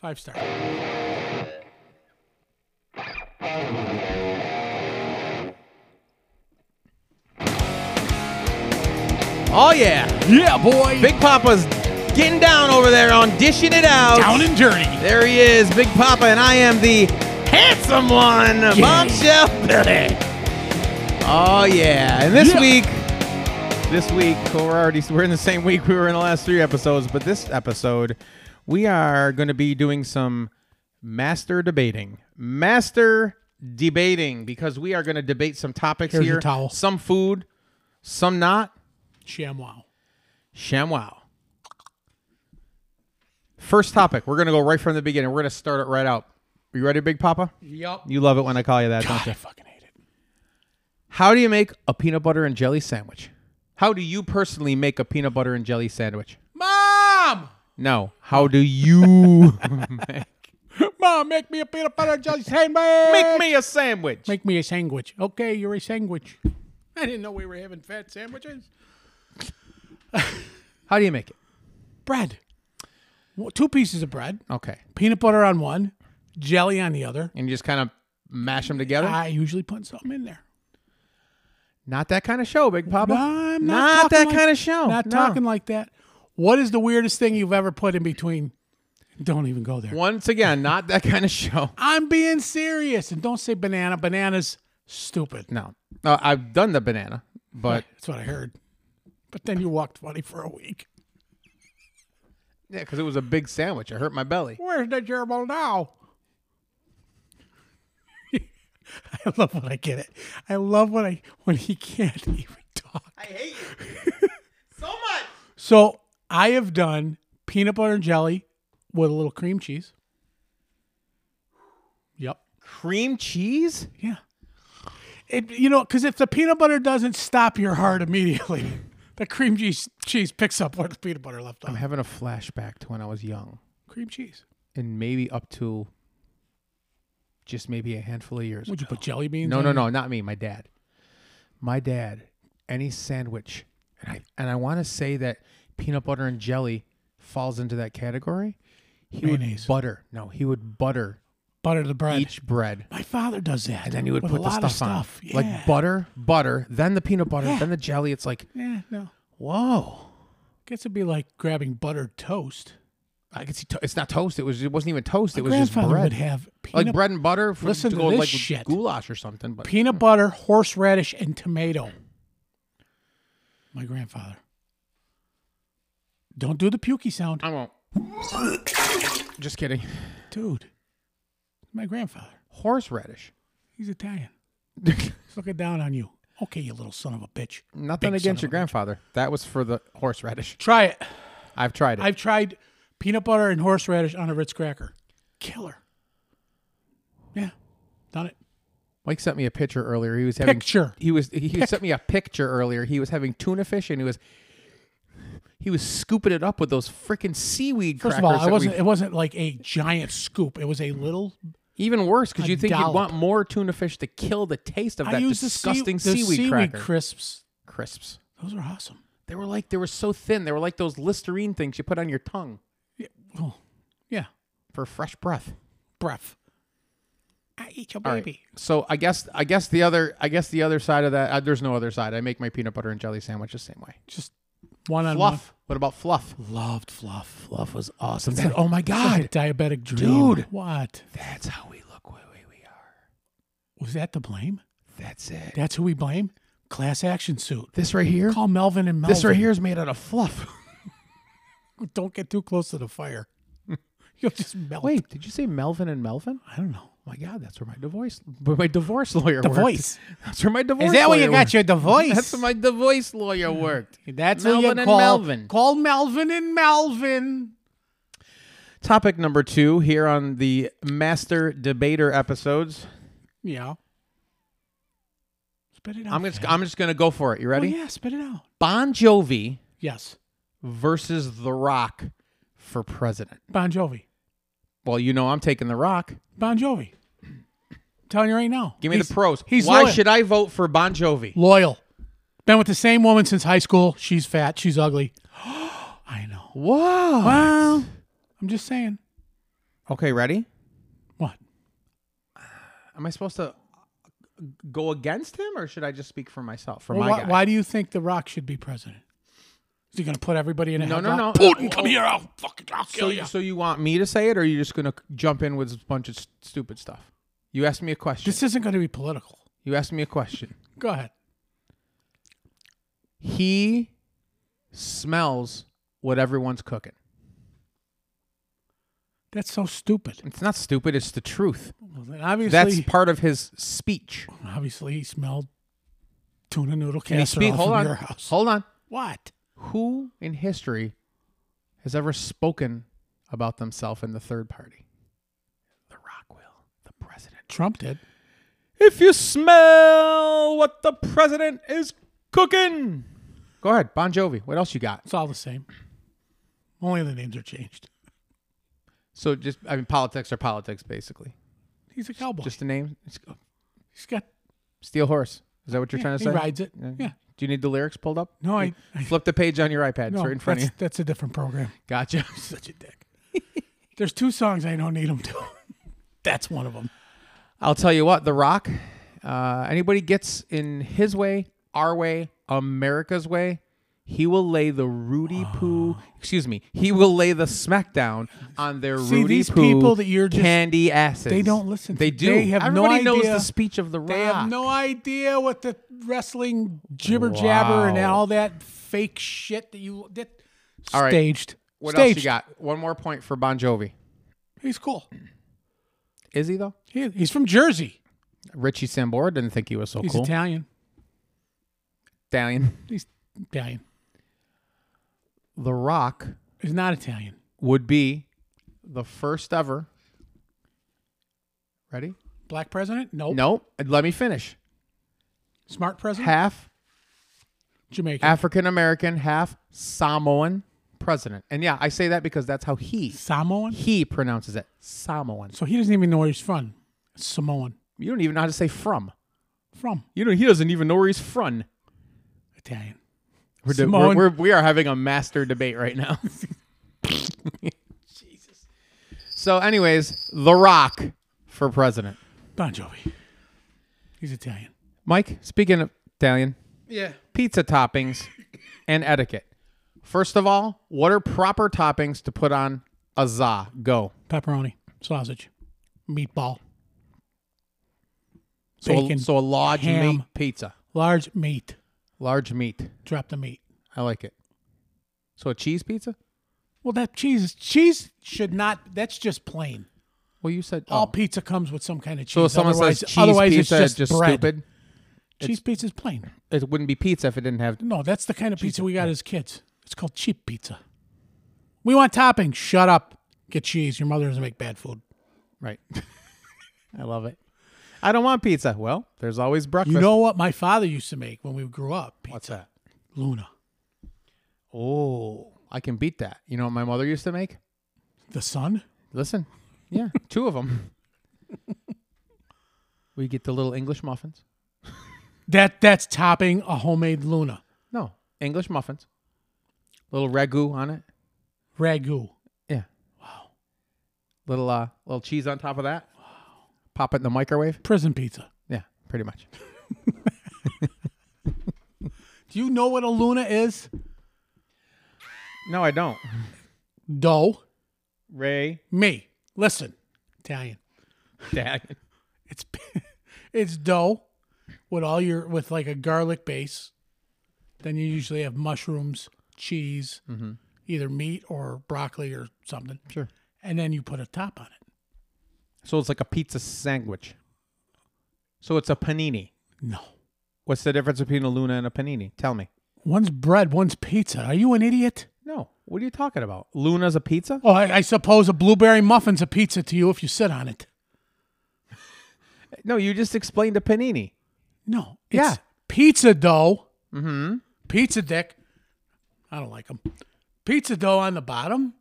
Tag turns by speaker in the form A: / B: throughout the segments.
A: Five star.
B: Oh yeah,
A: Yeah, boy.
B: Big Papa's getting down over there on dishing it out.
A: Down and dirty.
B: there he is, Big Papa, and I am the handsome one, Bombshell Billy. Oh yeah, and this
A: Yeah.
B: week, this week we're already we're in the same week we were in the last three episodes, but this episode we are going to be doing some master debating, master debating, because we are going to debate some topics
A: Here's your
B: here,
A: towel.
B: some food, some not.
A: ShamWow.
B: ShamWow. First topic. We're gonna go right from the beginning. We're gonna start it right out. You ready, Big Papa?
A: Yup.
B: You love it when I call you that, don't
A: God,
B: you?
A: I fucking hate it.
B: How do you make a peanut butter and jelly sandwich? How do you personally make a peanut butter and jelly sandwich?
A: Mom!
B: No. How do you
A: Mom, make me a peanut butter and jelly sandwich.
B: make me a sandwich?
A: Make me a sandwich. Okay, you're a sandwich. I didn't know we were having fat sandwiches.
B: How do you make it?
A: Bread. W- Two pieces of bread,
B: Okay.
A: peanut butter on one, jelly on the other.
B: And you just kind of mash them together.
A: I usually put something in there.
B: not that kind of show, Big Papa.
A: No, I'm
B: Not
A: not, talking
B: that
A: like-
B: kind of show.
A: Not
B: No.
A: talking like that. What is the weirdest thing you've ever put in between? Don't even go there.
B: Once again, not that kind of show.
A: I'm being serious, and don't say banana. Banana's stupid.
B: No. Uh, I've done the banana, but
A: That's what I heard. But then you walked funny for a week.
B: yeah, because it was a big sandwich. It hurt my belly.
A: Where's the gerbil now? I love when I get it. I love when I when he can't even talk.
B: I hate you so much.
A: So I have done peanut butter and jelly with a little cream cheese. Yep.
B: Cream cheese?
A: Yeah. It you know because if the peanut butter doesn't stop your heart immediately, the cream cheese cheese picks up what the peanut butter left
B: I'm
A: on.
B: having a flashback to when I was young
A: Cream cheese.
B: and maybe up to just maybe a handful of years.
A: Would you put jelly beans?
B: No,
A: on
B: no,
A: it?
B: no, not me. My dad. My dad. Any sandwich, and I and I want to say that peanut butter and jelly falls into that category. He
A: Mayonnaise.
B: would butter. No, he would butter
A: Butter the bread.
B: each bread,
A: My father does that.
B: and then he would
A: with
B: put
A: a
B: the
A: lot of
B: stuff, on,
A: stuff. Yeah.
B: like butter, butter, then the peanut butter,
A: Yeah.
B: then the jelly. It's like,
A: Yeah, no.
B: whoa.
A: Guess it'd be like grabbing buttered toast.
B: I could see to- it's not toast. It was it wasn't even toast. It
A: My
B: was just
A: grandfather
B: bread,
A: would have peanut,
B: like bread and butter. For,
A: Listen
B: to
A: to
B: go
A: this
B: like with
A: shit.
B: goulash or something. But
A: peanut butter, horseradish, and tomato. My grandfather. Don't do the pukey sound,
B: I won't. Just kidding.
A: dude. My grandfather.
B: Horseradish.
A: He's Italian. He's looking down on you. Okay, you little son of a bitch.
B: Nothing
A: Big son
B: against
A: of
B: your
A: a-
B: grandfather. That was for the horseradish.
A: Try it.
B: I've tried it.
A: I've tried peanut butter and horseradish on a Ritz cracker. Killer. Yeah, done it.
B: Mike sent me a picture earlier. He was having
A: Picture.
B: He was he sent me a picture earlier. He was having tuna fish and he was he was scooping it up with those freaking seaweed
A: First of
B: crackers.
A: all, it
B: that
A: wasn't
B: we-
A: it wasn't like a giant scoop. It was a little.
B: even worse because
A: a
B: you think you'd
A: dollop.
B: want more tuna fish to kill the taste of
A: I
B: that
A: used the sea-
B: disgusting
A: the
B: seaweed, cracker
A: crisps.
B: crisps.
A: Those are awesome.
B: They were like they were so thin. They were like those Listerine things you put on your tongue
A: Yeah, well, Oh, yeah.
B: for fresh breath.
A: Breath. I eat your
B: All right.
A: baby.
B: So I guess I guess the other I guess the other side of that uh, there's no other side. I make my peanut butter and jelly sandwich the same way.
A: Just one on
B: Fluff. What about fluff?
A: one. Loved fluff.
B: Fluff was awesome. oh my god,
A: Diabetic dream.
B: Dude.
A: what
B: that's how we look. Where we are.
A: was that? The blame?
B: That's it.
A: That's who we blame. Class action suit.
B: This right here.
A: Call Melvin and Melvin.
B: This right here is made out of fluff.
A: Don't get too close to the fire. You'll just melt.
B: Wait, did you say Melvin and Melvin?
A: I don't know.
B: Oh my god, that's where my divorce where my divorce lawyer
A: The
B: worked.
A: voice.
B: That's where my divorce. lawyer worked.
A: your divorce? Hmm.
B: That's where my divorce lawyer worked.
A: That's
B: who you
A: Melvin
B: Melvin and
A: call.
B: call- Melvin.
A: Call Melvin and Melvin.
B: Topic number two here on the Master Debater episodes.
A: Yeah. Spit it out.
B: I'm just
A: Fab.
B: I'm just gonna go for it. You
A: Well,
B: ready?
A: Oh, yeah, spit it out.
B: Bon Jovi
A: Yes.
B: versus The Rock for president.
A: Bon Jovi.
B: Well, you know I'm taking The Rock.
A: Bon Jovi. telling you right now.
B: Give me
A: He's-
B: the pros.
A: He's
B: Why
A: loyal.
B: should I vote for Bon Jovi?
A: loyal. Been with the same woman since high school. She's fat. She's ugly. I know.
B: Wow.
A: Well, I'm just saying.
B: Okay, ready?
A: What?
B: Am I supposed to uh, go against him, or should I just speak for myself? For
A: Well,
B: my
A: why,
B: guy?
A: why do you think The Rock should be president? Is he going to put everybody in a
B: No, no,
A: headlock?
B: no.
A: Putin, come here! I'll fucking I'll
B: So,
A: kill
B: you-
A: you.
B: so you want me to say it, or are you just gonna c- jump in with a bunch of st- stupid stuff? You asked me a question.
A: This isn't going to be political.
B: you asked me a question.
A: Go ahead.
B: He smells what everyone's cooking.
A: That's so stupid.
B: It's not stupid. It's the truth.
A: Well, then obviously,
B: That's part of his speech.
A: obviously he smelled tuna noodle
B: And he
A: casserole
B: spe- hold
A: from
B: on.
A: your house.
B: Hold on.
A: What?
B: Who in history has ever spoken about themselves in the third party? The Rock will. The president.
A: Trump did.
B: If you smell what the president is cooking. Go ahead, Bon Jovi. What else you got?
A: It's all the same. Only the names are changed.
B: So just, I mean, politics are politics, basically.
A: He's a cowboy.
B: Just a name. It's-
A: He's got.
B: Steel horse. Is that what you're
A: Yeah,
B: trying to
A: he
B: say?
A: rides it. Yeah.
B: Do you need the lyrics pulled up?
A: No, I. I
B: Flip the page on your iPad.
A: no,
B: it's right in front of
A: that's,
B: you.
A: that's a different program.
B: Gotcha.
A: Such a dick. There's two songs I don't need him to. That's one of them.
B: I'll tell you what, The Rock, uh, anybody gets in his way, our way, America's way, he will lay the Rudy
A: Ah.
B: Poo, excuse me, he will lay the smackdown on their
A: See,
B: Rudy
A: these
B: Poo
A: people that you're just-
B: candy asses.
A: they don't listen to-
B: They do.
A: they have no
B: Everybody knows
A: idea-
B: the speech of The Rock.
A: They have no idea what the wrestling jibber jabber and
B: Wow.
A: all that fake shit that you that
B: All right.
A: staged.
B: what
A: staged.
B: else you got? One more point for Bon Jovi.
A: He's cool.
B: Is he, though?
A: He, he's from Jersey.
B: Richie Sambora didn't think he was so
A: He's
B: cool.
A: Italian.
B: Italian.
A: He's Italian.
B: The Rock
A: He's not Italian.
B: would be the first ever. Ready?
A: Black president? Nope.
B: No, let me finish.
A: Smart president?
B: Half
A: Jamaican.
B: African American, half Samoan president. And yeah, I say that because that's how he
A: Samoan.
B: he pronounces it. Samoan.
A: So he doesn't even know where he's from. Samoan.
B: You don't even know how to say from.
A: From
B: You know he doesn't even know where he's from.
A: Italian.
B: We're, do-
A: Samoan.
B: we're, we're we are having a master debate right now. Jesus. So, anyways, The Rock for president.
A: Bon Jovi. He's Italian.
B: Mike, speaking of Italian,
A: Yeah.
B: pizza toppings and etiquette. First of all, what are proper toppings to put on a za? Go.
A: Pepperoni, sausage, meatball,
B: So, a-
A: Bacon,
B: so a large
A: ham.
B: meat pizza.
A: large meat.
B: Large meat.
A: Drop the meat.
B: I like it. So a cheese pizza?
A: Well, that cheese is- cheese should not. That's just plain.
B: Well, you said
A: All
B: oh.
A: pizza comes with some kind of cheese.
B: So if someone
A: otherwise,
B: says cheese
A: otherwise
B: pizza,
A: it's just, bread.
B: stupid.
A: Cheese pizza is plain.
B: It wouldn't be pizza if it didn't have.
A: No, that's the kind of pizza we got as kids. It's called cheap pizza. We want toppings. Shut up. Get cheese. Your mother doesn't make bad food.
B: Right. I love it. I don't want pizza. Well, there's always breakfast.
A: You know what my father used to make when we grew up? Pizza.
B: what's that?
A: Luna,
B: Oh, I can beat that. You know what my mother used to make?
A: the sun.
B: Listen, yeah, two of them. we get the little English muffins.
A: That that's topping a homemade Luna
B: No, English muffins. Little ragu on it.
A: ragu.
B: Yeah. Wow. Little uh, little cheese on top of that. Wow. Pop it in the microwave.
A: Prison pizza.
B: Yeah, pretty much.
A: Do you know what a Luna is?
B: No, I don't.
A: Dough.
B: Ray
A: Me. Listen, Italian.
B: Dag.
A: It's it's dough with all your with like a garlic base. Then you usually have mushrooms, cheese, either meat or broccoli or something,
B: Sure.
A: and then you put a top on it.
B: So it's like a pizza sandwich. So it's a panini.
A: No,
B: What's the difference between a Luna and a panini? Tell me.
A: one's bread, one's pizza. Are you an idiot?
B: No. What are you talking about? Luna's a pizza?
A: Oh, I, I suppose a blueberry muffin's a pizza to you if you sit on it.
B: No, you just explained a panini.
A: No, it's
B: Yeah.
A: pizza dough. Mm-hmm. Pizza dick. I don't like them. Pizza dough on the bottom.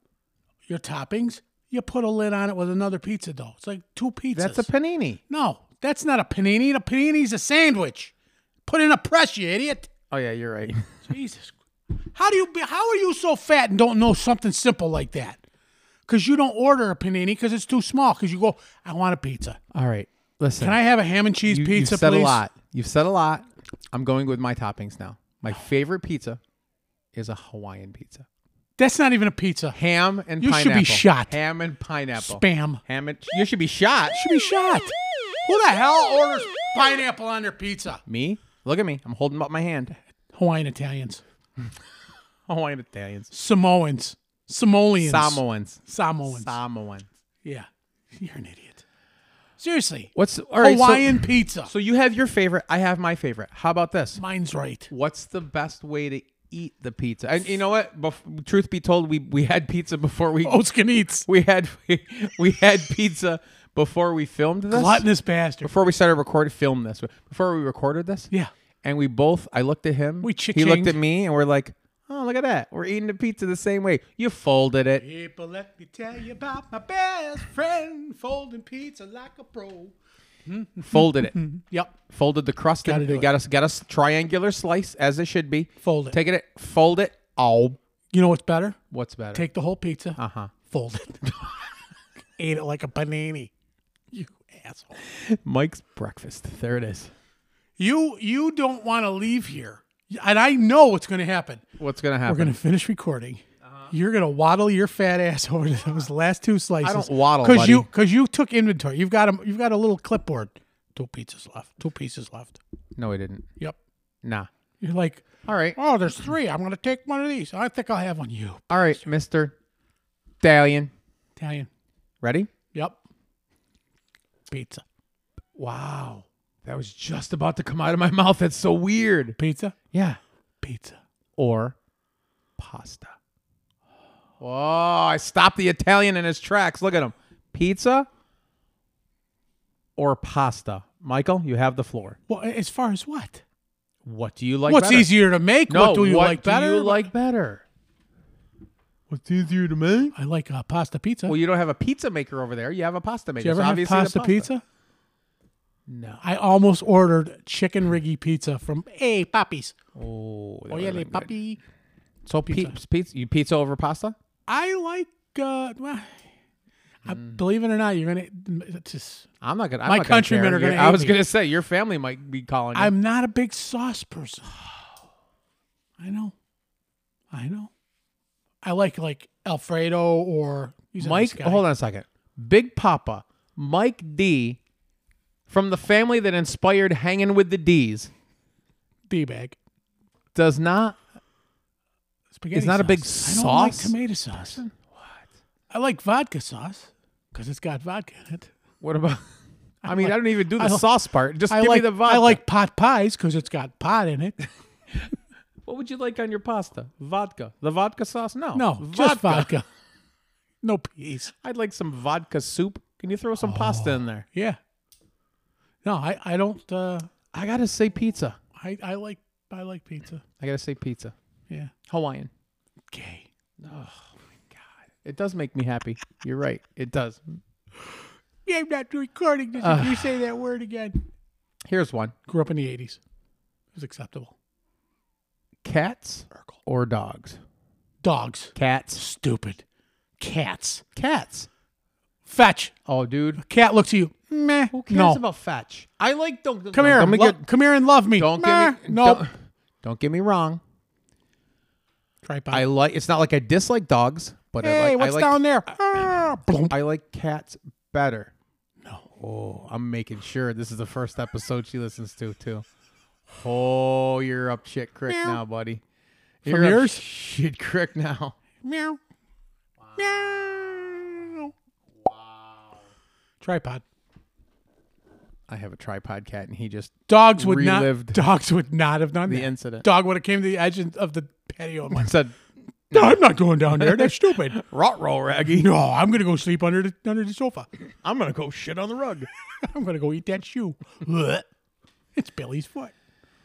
A: Your toppings. You put a lid on it with another pizza dough. It's like two pizzas.
B: That's a panini.
A: no. That's not a panini. A panini's a sandwich. Put in a press, you idiot.
B: Oh yeah, you're right.
A: Jesus. How do you? Be, how are you so fat and don't know something simple like that? because you don't order a panini because it's too small. Because you go, I want a pizza.
B: All right. Listen.
A: Can I have a ham and cheese
B: you,
A: pizza,
B: have said
A: please?
B: a lot. You've said a lot. I'm going with my toppings now. My favorite pizza is a Hawaiian pizza.
A: That's not even a pizza.
B: Ham and
A: You should be
B: pineapple.
A: shot.
B: Ham and pineapple.
A: Spam.
B: Ham and you should be shot.
A: Should be shot. Who the hell orders pineapple on their pizza?
B: Me? Look at me. I'm holding up my hand.
A: Hawaiian Italians,
B: Hawaiian Italians.
A: Samoans, Samoleans,
B: Samoans.
A: Samoans.
B: Samoans.
A: yeah, you're an idiot. Seriously,
B: What's all right? so-
A: Hawaiian pizza.
B: So you have your favorite. I have my favorite. How about this?
A: Mine's right.
B: What's the best way to eat the pizza? And you know what? Bef- truth be told, we we had pizza before we
A: Oskin eats.
B: we had we, had pizza before we filmed this.
A: Gluttonous bastard.
B: Before we started recording, film this. Before we recorded this,
A: Yeah.
B: And we both. I looked at him.
A: We
B: He looked
A: cha-chinged.
B: at me, and we're like, "Oh, look at that. We're eating the pizza the same way. You folded it.
A: People, let me tell you about my best friend folding pizza like a pro.
B: Folded it.
A: Yep.
B: folded the crust.
A: Gotta
B: in,
A: do it.
B: got us got us triangular slice as it should be.
A: Fold it.
B: Take it. Fold it. Oh,
A: You know what's better?
B: what's better?
A: Take the whole pizza,
B: Uh huh.
A: fold it, ate it like a panini. You asshole.
B: Mike's breakfast. There it is.
A: You you don't want to leave here, and I know what's going to happen.
B: What's gonna
A: We're
B: happen?
A: going to finish recording.
B: Uh-huh.
A: You're gonna waddle your fat ass over to those last two slices.
B: waddle,
A: because you
B: buddy.
A: because you took inventory. You've got a you've got a little clipboard. Two pizzas left. Two pieces left.
B: no, he didn't.
A: Yep.
B: Nah.
A: You're like,
B: All right.
A: oh, there's three. I'm gonna take one of these. I think I'll have one. You
B: All right, Mister Stallion.
A: Italian.
B: Ready?
A: Yep. Pizza.
B: Wow. That was just about to come out of my mouth. That's so weird.
A: Pizza.
B: Yeah.
A: Pizza.
B: Or pasta. Whoa, I stopped the Italian in his tracks. Look at him. Pizza or pasta? Michael, you have the floor.
A: Well, as far as what?
B: What do you like
A: What's
B: better?
A: easier to make?
B: No,
A: what do you like
B: do
A: better?
B: you like better? What's easier to make?
A: I like uh, pasta pizza.
B: Well, you don't have a pizza maker over there. You have a pasta maker.
A: Do you ever
B: so
A: have
B: obviously the
A: pasta, pizza?
B: No.
A: I almost ordered chicken riggy pizza from Hey Poppies.
B: Oh, that
A: Oh
B: would've
A: yeah,
B: been good.
A: Poppy.
B: So pizza. pizza. You pizza over pasta?
A: I like. Uh, well, I,
B: Mm.
A: believe it or not, you're gonna. It's just,
B: I'm not gonna. I'm
A: My
B: not gonna
A: countrymen
B: care.
A: are gonna
B: Your- I
A: hate
B: was
A: me.
B: gonna say your family might be calling. You.
A: I'm not a big sauce person. I know. I know. I like like Alfredo or he's a nice
B: Mike,
A: guy.
B: hold on a second. Big Papa, Mike D, from the family that inspired Hanging with the D's,
A: D bag.
B: does not.
A: Spaghetti.
B: It's not a big
A: I don't like
B: sauce?
A: tomato sauce. What? I like vodka sauce because it's got vodka in it.
B: What about? I mean,
A: like-
B: I don't even do the
A: I li-
B: sauce part. Just
A: I
B: give
A: like
B: me the vodka.
A: I like pot pies because it's got pot in it.
B: What would you like on your pasta? Vodka. The vodka sauce? No.
A: No, just vodka. no peas.
B: I'd like some vodka soup. Can you throw some pasta in there?
A: Yeah. No, I I don't. Uh,
B: I gotta say pizza.
A: I I like I like pizza.
B: I gotta say pizza.
A: Yeah.
B: Hawaiian.
A: Okay.
B: It does make me happy. You're right. It does.
A: Yeah, I'm not recording this. if you say that word again.
B: Here's one.
A: Grew up in the '80s. It was acceptable.
B: Cats or dogs?
A: Dogs.
B: Cats.
A: Stupid. Cats.
B: Cats.
A: Fetch.
B: Oh, dude.
A: Cat looks at you. Meh.
B: Who cares
A: no.
B: about fetch? I like don't
A: come here.
B: Don't,
A: lo- come here and love me.
B: don't
A: Meh.
B: get me.
A: No.
B: Don't, don't get me wrong.
A: Tripod.
B: I like. It's not like I dislike dogs, but
A: hey,
B: I like.
A: what's
B: I like,
A: down there? Ah, blump.
B: I like cats better. No. Oh, I'm making sure this is the first episode she listens to too. Oh, you're up shit creek
A: Meow.
B: now, buddy.
A: From
B: you're
A: yours?
B: up shit creek now.
A: Meow. Meow. Wow. Tripod.
B: I have a tripod cat, and he just
A: Dogs would
B: Relived
A: not. Dogs would not have done
B: the
A: that.
B: incident
A: Dog would have came to the edge of the patio and went,
B: said,
A: "No, I'm not going down there. That's stupid.
B: "Rot roll, Raggy.
A: No, I'm gonna go sleep under the under the sofa.
B: I'm gonna go shit on the rug."
A: I'm gonna go eat that shoe. Blech. it's Billy's foot.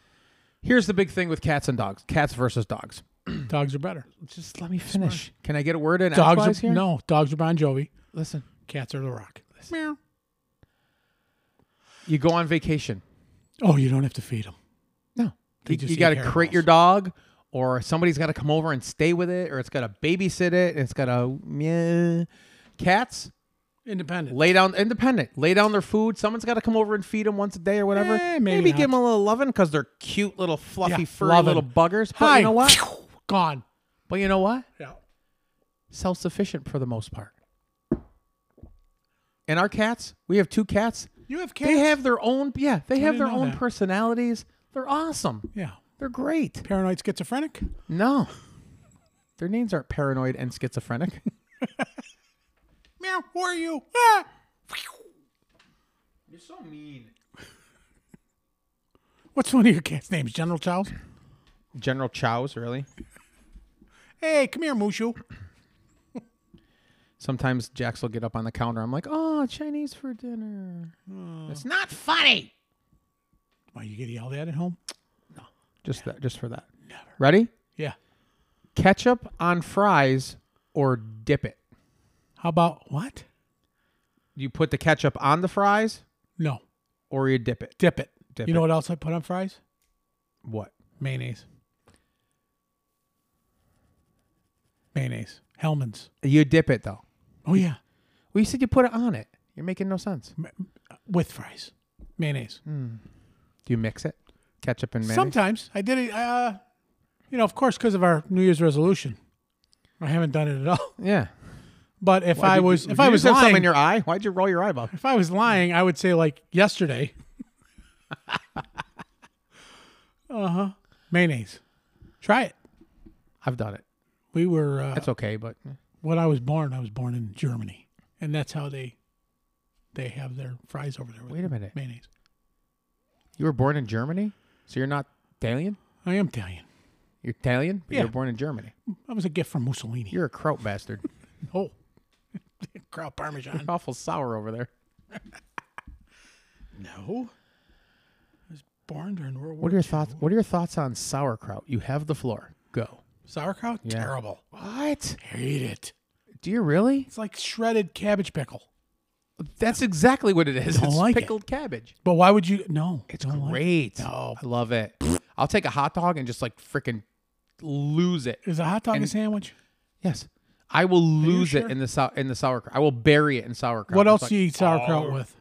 B: Here's the big thing with cats and dogs: cats versus dogs.
A: Dogs are better.
B: Just let me finish. Can I get a word in? edgewise
A: Dogs are
B: here?
A: no. Dogs are Bon Jovi.
B: Listen,
A: Cats are The Rock. Meow.
B: you go on vacation.
A: Oh, you don't have to feed them.
B: No.
A: They
B: You,
A: just
B: you
A: eat
B: got to
A: hair
B: crate your dog, or somebody's got to come over and stay with it, or it's got to babysit it, and it's got to. Cats
A: Independent.
B: lay down, independent, lay down their food. Someone's got to come over and feed them once a day or whatever.
A: Eh, maybe
B: give
A: not.
B: them a little loving because they're cute little fluffy
A: Yeah,
B: furry
A: lovin'.
B: little buggers. But
A: Hi.
B: you know what?
A: Gone.
B: But you know what?
A: Yeah.
B: Self sufficient for the most part. And our cats, we have two cats.
A: You have cats.
B: They have their own, yeah, they have
A: didn't
B: their
A: know
B: own
A: that.
B: personalities. They're awesome.
A: Yeah.
B: They're great.
A: Paranoid schizophrenic.
B: No. Their names aren't paranoid and schizophrenic.
A: Meow. Who are you? Ah!
B: You're so mean.
A: What's one of your cats' names? General Charles.
B: General Chow's, really?
A: Hey, come here, Mushu.
B: Sometimes Jax will get up on the counter. I'm like, oh, Chinese for dinner. It's not funny.
A: Why you get yelled at at home?
B: Just that, just for that. Ready?
A: Yeah.
B: Ketchup on fries or dip it.
A: How about what?
B: You put the ketchup on the fries
A: No.
B: or you dip it.
A: Dip it.
B: Dip
A: you know
B: it.
A: what else I put on fries?
B: What?
A: Mayonnaise. Mayonnaise. Hellman's.
B: You dip it though.
A: Oh yeah.
B: Well, you said you put it on it. You're making no sense.
A: Ma- With fries. Mayonnaise.
B: Do you mix it? Ketchup and mayonnaise.
A: Sometimes I did it. Uh, you know, of course, because of our New Year's resolution, I haven't done it at all.
B: Yeah.
A: But if I
B: Did you-
A: was,
B: did
A: if
B: you
A: I
B: just
A: was
B: have something
A: lying,
B: in your eye, why'd you roll your eyeball?
A: if I was lying, I would say like yesterday. uh huh. Uh-huh. Mayonnaise. Try it.
B: I've done it.
A: We were uh,
B: That's okay, but
A: when I was born. I was born in Germany, and that's how they they have their fries over there. With
B: Wait a minute.
A: Mayonnaise.
B: You were born in Germany, so you're not Italian.
A: I am Italian.
B: You're Italian, but you
A: Yeah.
B: were born in Germany.
A: That was a gift from Mussolini.
B: You're a kraut bastard.
A: oh, crowd parmesan.
B: Awful sour over there.
A: No. I was born during World War
B: What are your thoughts? What are your thoughts on sauerkraut? You have the floor. Go.
A: Sauerkraut? Terrible.
B: What?
A: Hate it.
B: Do you really?
A: It's like shredded cabbage pickle.
B: That's exactly what it is. It's
A: like it.
B: pickled cabbage.
A: But why would you? No.
B: It's
A: don't like it.
B: great.
A: No.
B: I love it. I'll take a hot dog and just like freaking lose it.
A: Is a hot dog a sandwich?
B: Yes. I will lose
A: sure?
B: it in the sau- in the sauerkraut. I will bury it in sauerkraut.
A: What
B: It's
A: else
B: like,
A: do you eat sauerkraut
B: "Oh."
A: with?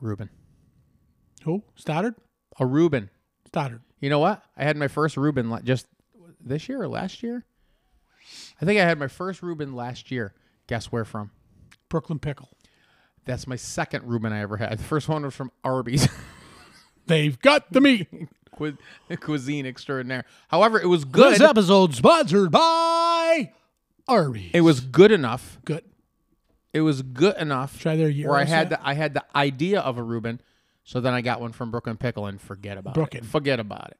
B: Reuben.
A: Who? Stoddard?
B: A Reuben.
A: Stoddard.
B: You know what? I had my first Reuben la- just this year or last year. I think I had my first Reuben last year. Guess where from?
A: Brooklyn pickle.
B: That's my second Reuben I ever had. The first one was from Arby's,
A: They've got the meat.
B: Cu- cuisine extraordinaire. However, it was good.
A: This episode sponsored by Arby's.
B: It was good enough.
A: good.
B: It was good enough.
A: Try their gyros
B: where I had
A: yet?
B: the I had the idea of a Reuben, so then I got one from Brooklyn Pickle and forget about
A: Brooklyn.
B: it. Forget about it.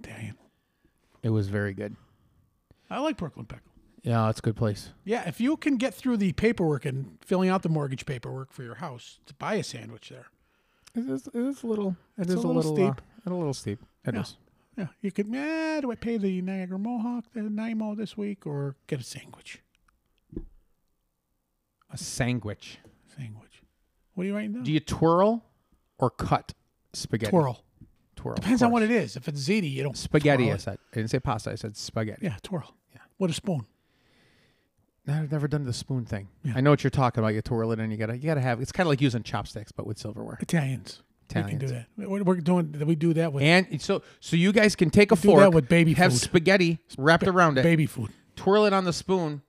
A: Italian.
B: It was very good.
A: I like Brooklyn pickle.
B: Yeah, it's a good place.
A: Yeah, if you can get through the paperwork and filling out the mortgage paperwork for your house to buy a sandwich there,
B: It is, it is a little. It is
A: a little steep.
B: uh, a little steep. It is.
A: Yeah, you could. Eh, do I pay the Niagara Mohawk the Nimo this week or get a sandwich?
B: A sandwich.
A: Sandwich. What are you writing down?
B: Do you twirl or cut spaghetti?
A: twirl.
B: Twirl.
A: Depends on what it is. If it's ziti, you don't
B: Spaghetti.
A: twirl
B: I
A: it.
B: said. I didn't say pasta. I said spaghetti.
A: Yeah, twirl. Yeah. What a spoon.
B: No, I've never done the spoon thing. I know what you're talking about. You twirl it and you gotta you gotta have. It's kind of like using chopsticks, but with silverware.
A: Italians. We can
B: Italians.
A: do that. We're, we're doing. We do that with
B: And so so you guys can take a
A: do that
B: fork,
A: with baby
B: have
A: food.
B: spaghetti wrapped around it,
A: baby food.
B: twirl it on the spoon,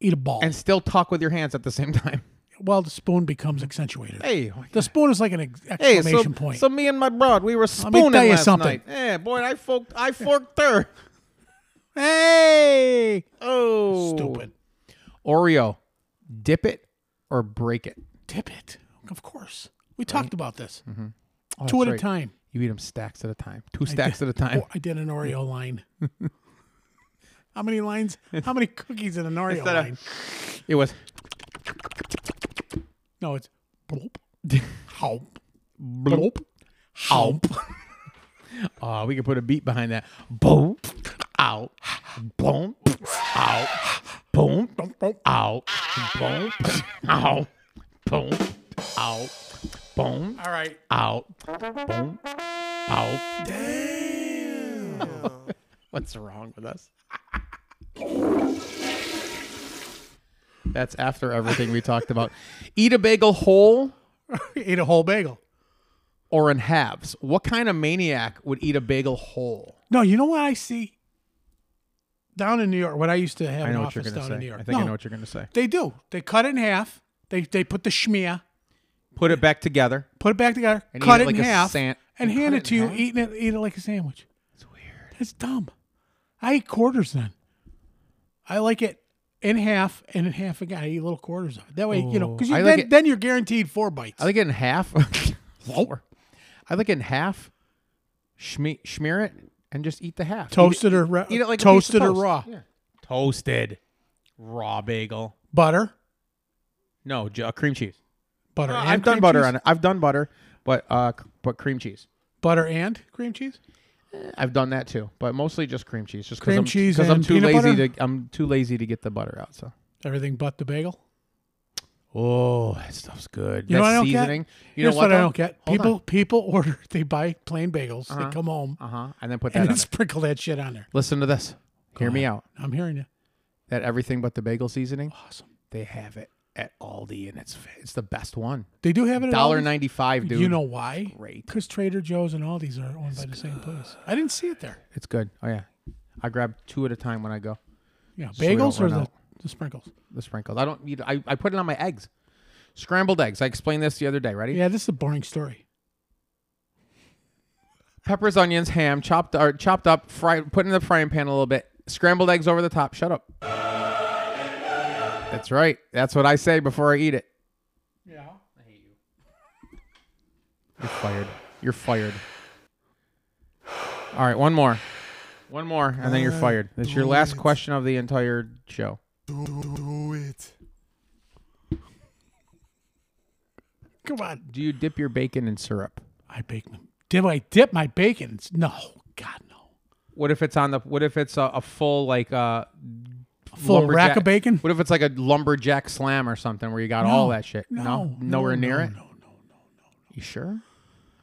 A: Eat a ball.
B: and still talk with your hands at the same time.
A: well, the spoon becomes accentuated.
B: Hey.
A: The spoon is like an ex-
B: Hey, so,
A: exclamation point.
B: so me and my broad, we were
A: me
B: spooning
A: tell you
B: last
A: something.
B: night. Yeah, boy, I forked, I forked her.
A: hey,
B: Oh,
A: stupid.
B: Oreo, dip it or break it.
A: Dip it. Of course. We talked about this.
B: Oh,
A: Two
B: that's
A: at a
B: right.
A: time.
B: You eat them stacks at a time. Two stacks at a time.
A: Oh, I did an Oreo line. How many lines? How many cookies in an Oreo
B: Instead of-
A: line?
B: It was
A: no, it's bloop, haup, bloop, haup.
B: oh, we could put a beat behind that. Boom, out, boom, out, boom, out, boom, out, boom, out, boom,
A: All right.
B: out, boom, out. Damn. What's wrong with us? That's after everything we talked about. Eat a bagel whole
A: Eat a whole bagel.
B: or in halves. What kind of maniac would eat a bagel whole?
A: No, you know what I see down in New York. What I used to have
B: I
A: an
B: know what you're
A: office
B: going to
A: down in New
B: say.
A: York.
B: I think I
A: No,
B: know what you're going to say.
A: they do. They cut it in half. They they put the schmear,
B: Put it back together.
A: put it back together,
B: And
A: cut it,
B: eat it like
A: in
B: a
A: half,
B: san-
A: and
B: You
A: hand it
B: cut it
A: to
B: in
A: you,
B: half?
A: eating it, eat it like a sandwich.
B: It's weird.
A: That's dumb. I eat quarters then. I like it in half and in half again. I eat little quarters of it. That way, you know, because
B: Ooh. I like
A: then,
B: it-
A: then you're guaranteed four bites.
B: I like it in half. Four. I like it in half. Schme- smear it and just eat the half. Eat it-
A: toasted or ra-
B: Eat it like a piece of
A: toasted or
B: toast.
A: raw.
B: Yeah. Toasted, raw bagel.
A: Butter,
B: No, ju- uh, cream cheese.
A: butter. and
B: Uh, I've done
A: cream
B: butter
A: cheese?
B: on it. I've done butter, but uh, c- but cream cheese.
A: Butter and cream cheese.
B: I've done that too, but mostly just cream cheese. Just
A: Cream
B: because I'm,
A: cheese
B: 'cause I'm
A: and
B: too
A: peanut
B: lazy
A: butter?
B: to I'm too lazy to get the butter out. So.
A: Everything but the bagel.
B: Oh, that stuff's good.
A: You know what
B: that
A: I don't get?
B: seasoning. You
A: Here's
B: know what,
A: I don't get. people people order. They buy plain bagels. They come home
B: Uh huh. And then put that
A: and
B: on.
A: then
B: it.
A: sprinkle that shit on there.
B: Listen to this. Hear me out.
A: I'm hearing you.
B: That everything but the bagel seasoning,
A: Awesome.
B: they have it at Aldi, and it's it's the best one.
A: They do have it. at
B: Dollar
A: Aldi's.
B: ninety five, dude.
A: You know why?
B: Great.
A: Because Trader Joe's and Aldi's are owned by the same place. I didn't see it there.
B: it's good. Oh yeah, I grab two at a time when I go.
A: Yeah,
B: we
A: bagels
B: don't
A: or
B: run
A: the,
B: out.
A: the sprinkles.
B: The sprinkles. I don't need. I I put it on my eggs. Scrambled eggs. I explained this the other day. Ready?
A: Yeah, this is a boring story.
B: Peppers, onions, ham, chopped or chopped up, fried, put in the frying pan a little bit. Scrambled eggs over the top. Shut up. That's right. That's what I say before I eat it.
A: Yeah.
B: You're fired. You're fired. All right, one more. One more, and then you're fired. That's your last question of the entire show.
A: Come on.
B: Do you dip your bacon in syrup?
A: I bake them. Did I dip my bacon? It's- no, God no.
B: What if it's on the? What if it's a, a full like uh,
A: Full rack
B: lumberjack-
A: of bacon.
B: What if it's like a lumberjack slam or something where you got all that shit? No,
A: no,
B: nowhere
A: no,
B: near it.
A: No, no, no.
B: You sure?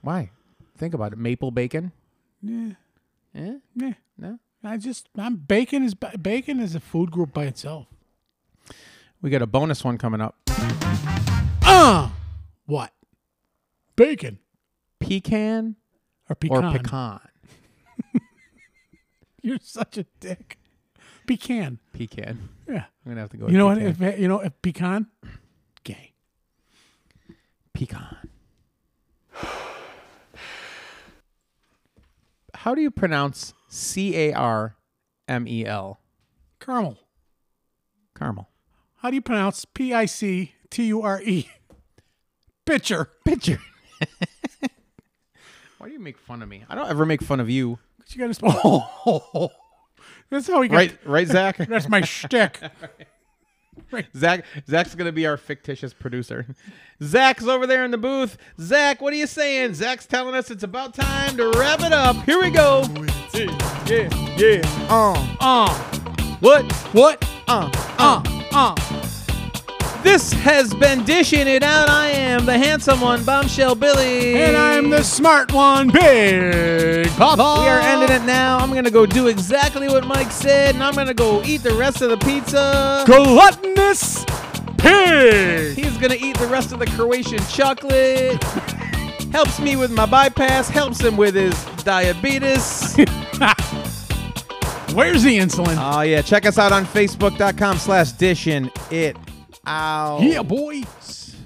B: Why? Think about it. Maple bacon.
A: Yeah,
B: Eh?
A: yeah.
B: No.
A: I just I'm bacon is ba- bacon is a food group by itself.
B: We got a bonus one coming up.
A: Uh what? Bacon
B: Pecan
A: or
B: or
A: pecan?
B: pecan?
A: You're such a dick. Pecan.
B: Pecan.
A: Yeah.
B: I'm gonna have to go.
A: You know
B: with
A: what? If, you know if pecan. Gay.
B: Pecan. How do you pronounce C A R M E L?
A: Caramel.
B: Caramel.
A: How do you pronounce P I C T U R E? Pitcher.
B: Pitcher. Why do you make fun of me? I don't ever make fun of you.
A: You got to spell. That's how we got.
B: Oh. Right, right, Zach.
A: That's my shtick.
B: Zach. Zach's gonna be our fictitious producer. Zach's over there in the booth. Zach, what are you saying? Zach's telling us it's about time to wrap it up. Here we go. Yeah, yeah, yeah. Uh, uh. What? What? Uh, uh, uh. This has been dishing it out. I am the handsome one, Bombshell Billy,
A: And I'm the smart one, Big Papa.
B: We are ending it now. I'm gonna go do exactly what Mike said, and I'm gonna go eat the rest of the pizza.
A: Gluttonous pig.
B: He's gonna eat the rest of the Croatian chocolate. helps me with my bypass, helps him with his diabetes.
A: Where's the insulin?
B: oh yeah, check us out on Facebook.com slash dishing it out.
A: yeah, boy.
B: Yes.